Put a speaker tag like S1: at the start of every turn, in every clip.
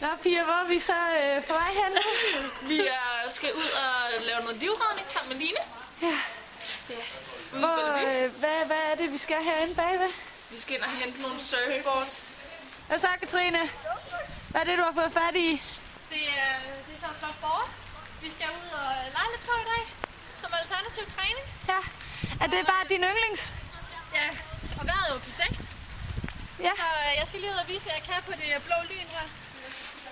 S1: Nå, Pia, hvor er vi så øh, på vej hen?
S2: Vi er, skal ud og lave noget livredning sammen med Line.
S1: ja.
S2: Ja. Ude i
S1: Hvor,
S2: Bellevue.
S1: øh, hvad, hvad er det, vi skal herinde bagved?
S2: Vi skal ind og hente nogle surfboards.
S1: Hvad så, Katrine? Hvad er det, du har fået fat i?
S3: Det er, det er så godt bort. Vi skal ud og lege lidt på i dag, som alternativ træning.
S1: Ja. Er det bare din yndlings?
S3: Ja, og vejret er jo perfekt.
S1: Ja.
S3: Så øh, jeg skal lige ud og vise, hvad jeg kan på det blå lyn her.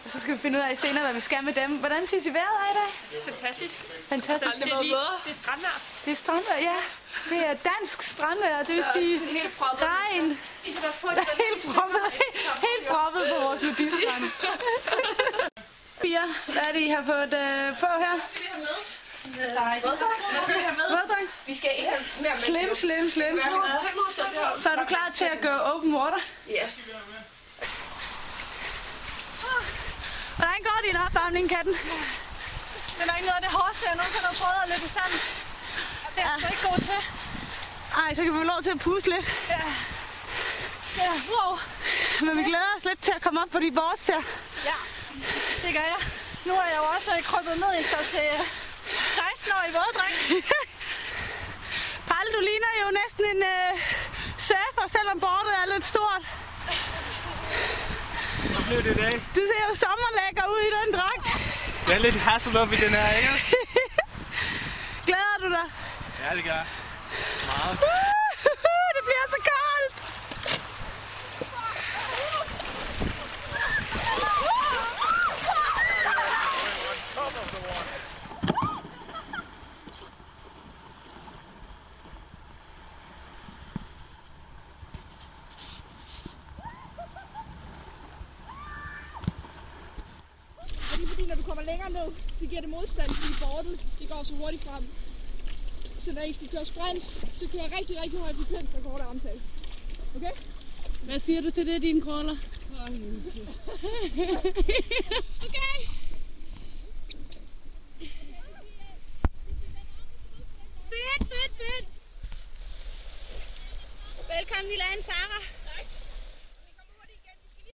S1: Og så skal vi finde ud af senere, hvad vi skal med dem. Hvordan synes I vejret er i dag?
S4: Fantastisk.
S1: Fantastisk.
S2: Aldrig været bedre.
S4: Altså, Det er strandvejr.
S1: Det er strandvejr, ja. Det er dansk strandvejr, det vil sige
S2: Helt proppet.
S1: regn.
S4: I skal også prøve
S1: Der er helt proppet, helt proppet på vores nudistrand. Pia, hvad er det, I har fået øh, på her? Våddragt?
S5: Vi skal ikke have mere med.
S1: Slim, slim, slim. Så er du klar til at gå open water?
S5: Ja.
S1: Hvordan går din opvarmning, katten?
S3: Det er nok noget af det hårdeste, jeg nogensinde har prøvet at løbe sammen. Og det er jeg sgu ikke god til.
S1: Ej, så kan vi få lov til at puste lidt.
S3: Ja. Ja, wow.
S1: Men vi glæder os lidt til at komme op på de boards her.
S3: Ja, det gør jeg. Nu er jeg jo også øh, krybbet ned efter til øh, 16 år i våddragt.
S1: Palle, du ligner jo næsten en øh, surfer, selvom bordet er lidt stort.
S6: Så blev det i dag.
S1: Du ser jo sommerlækker ud i den dragt.
S6: Jeg er lidt hasset op i den her, ikke? også?
S1: Glæder du dig?
S6: Ja, det gør jeg. Meget.
S1: Ah, det bliver så koldt!
S7: Fordi, fordi når du kommer længere ned, så giver det modstand, fordi bordet det går så hurtigt frem. Så når I skal køre sprint, så kører rigtig, rigtig højt frekvens og korte armtag. Okay?
S1: Hvad siger du til det, din kroller?
S7: Velkommen, Milan Sara.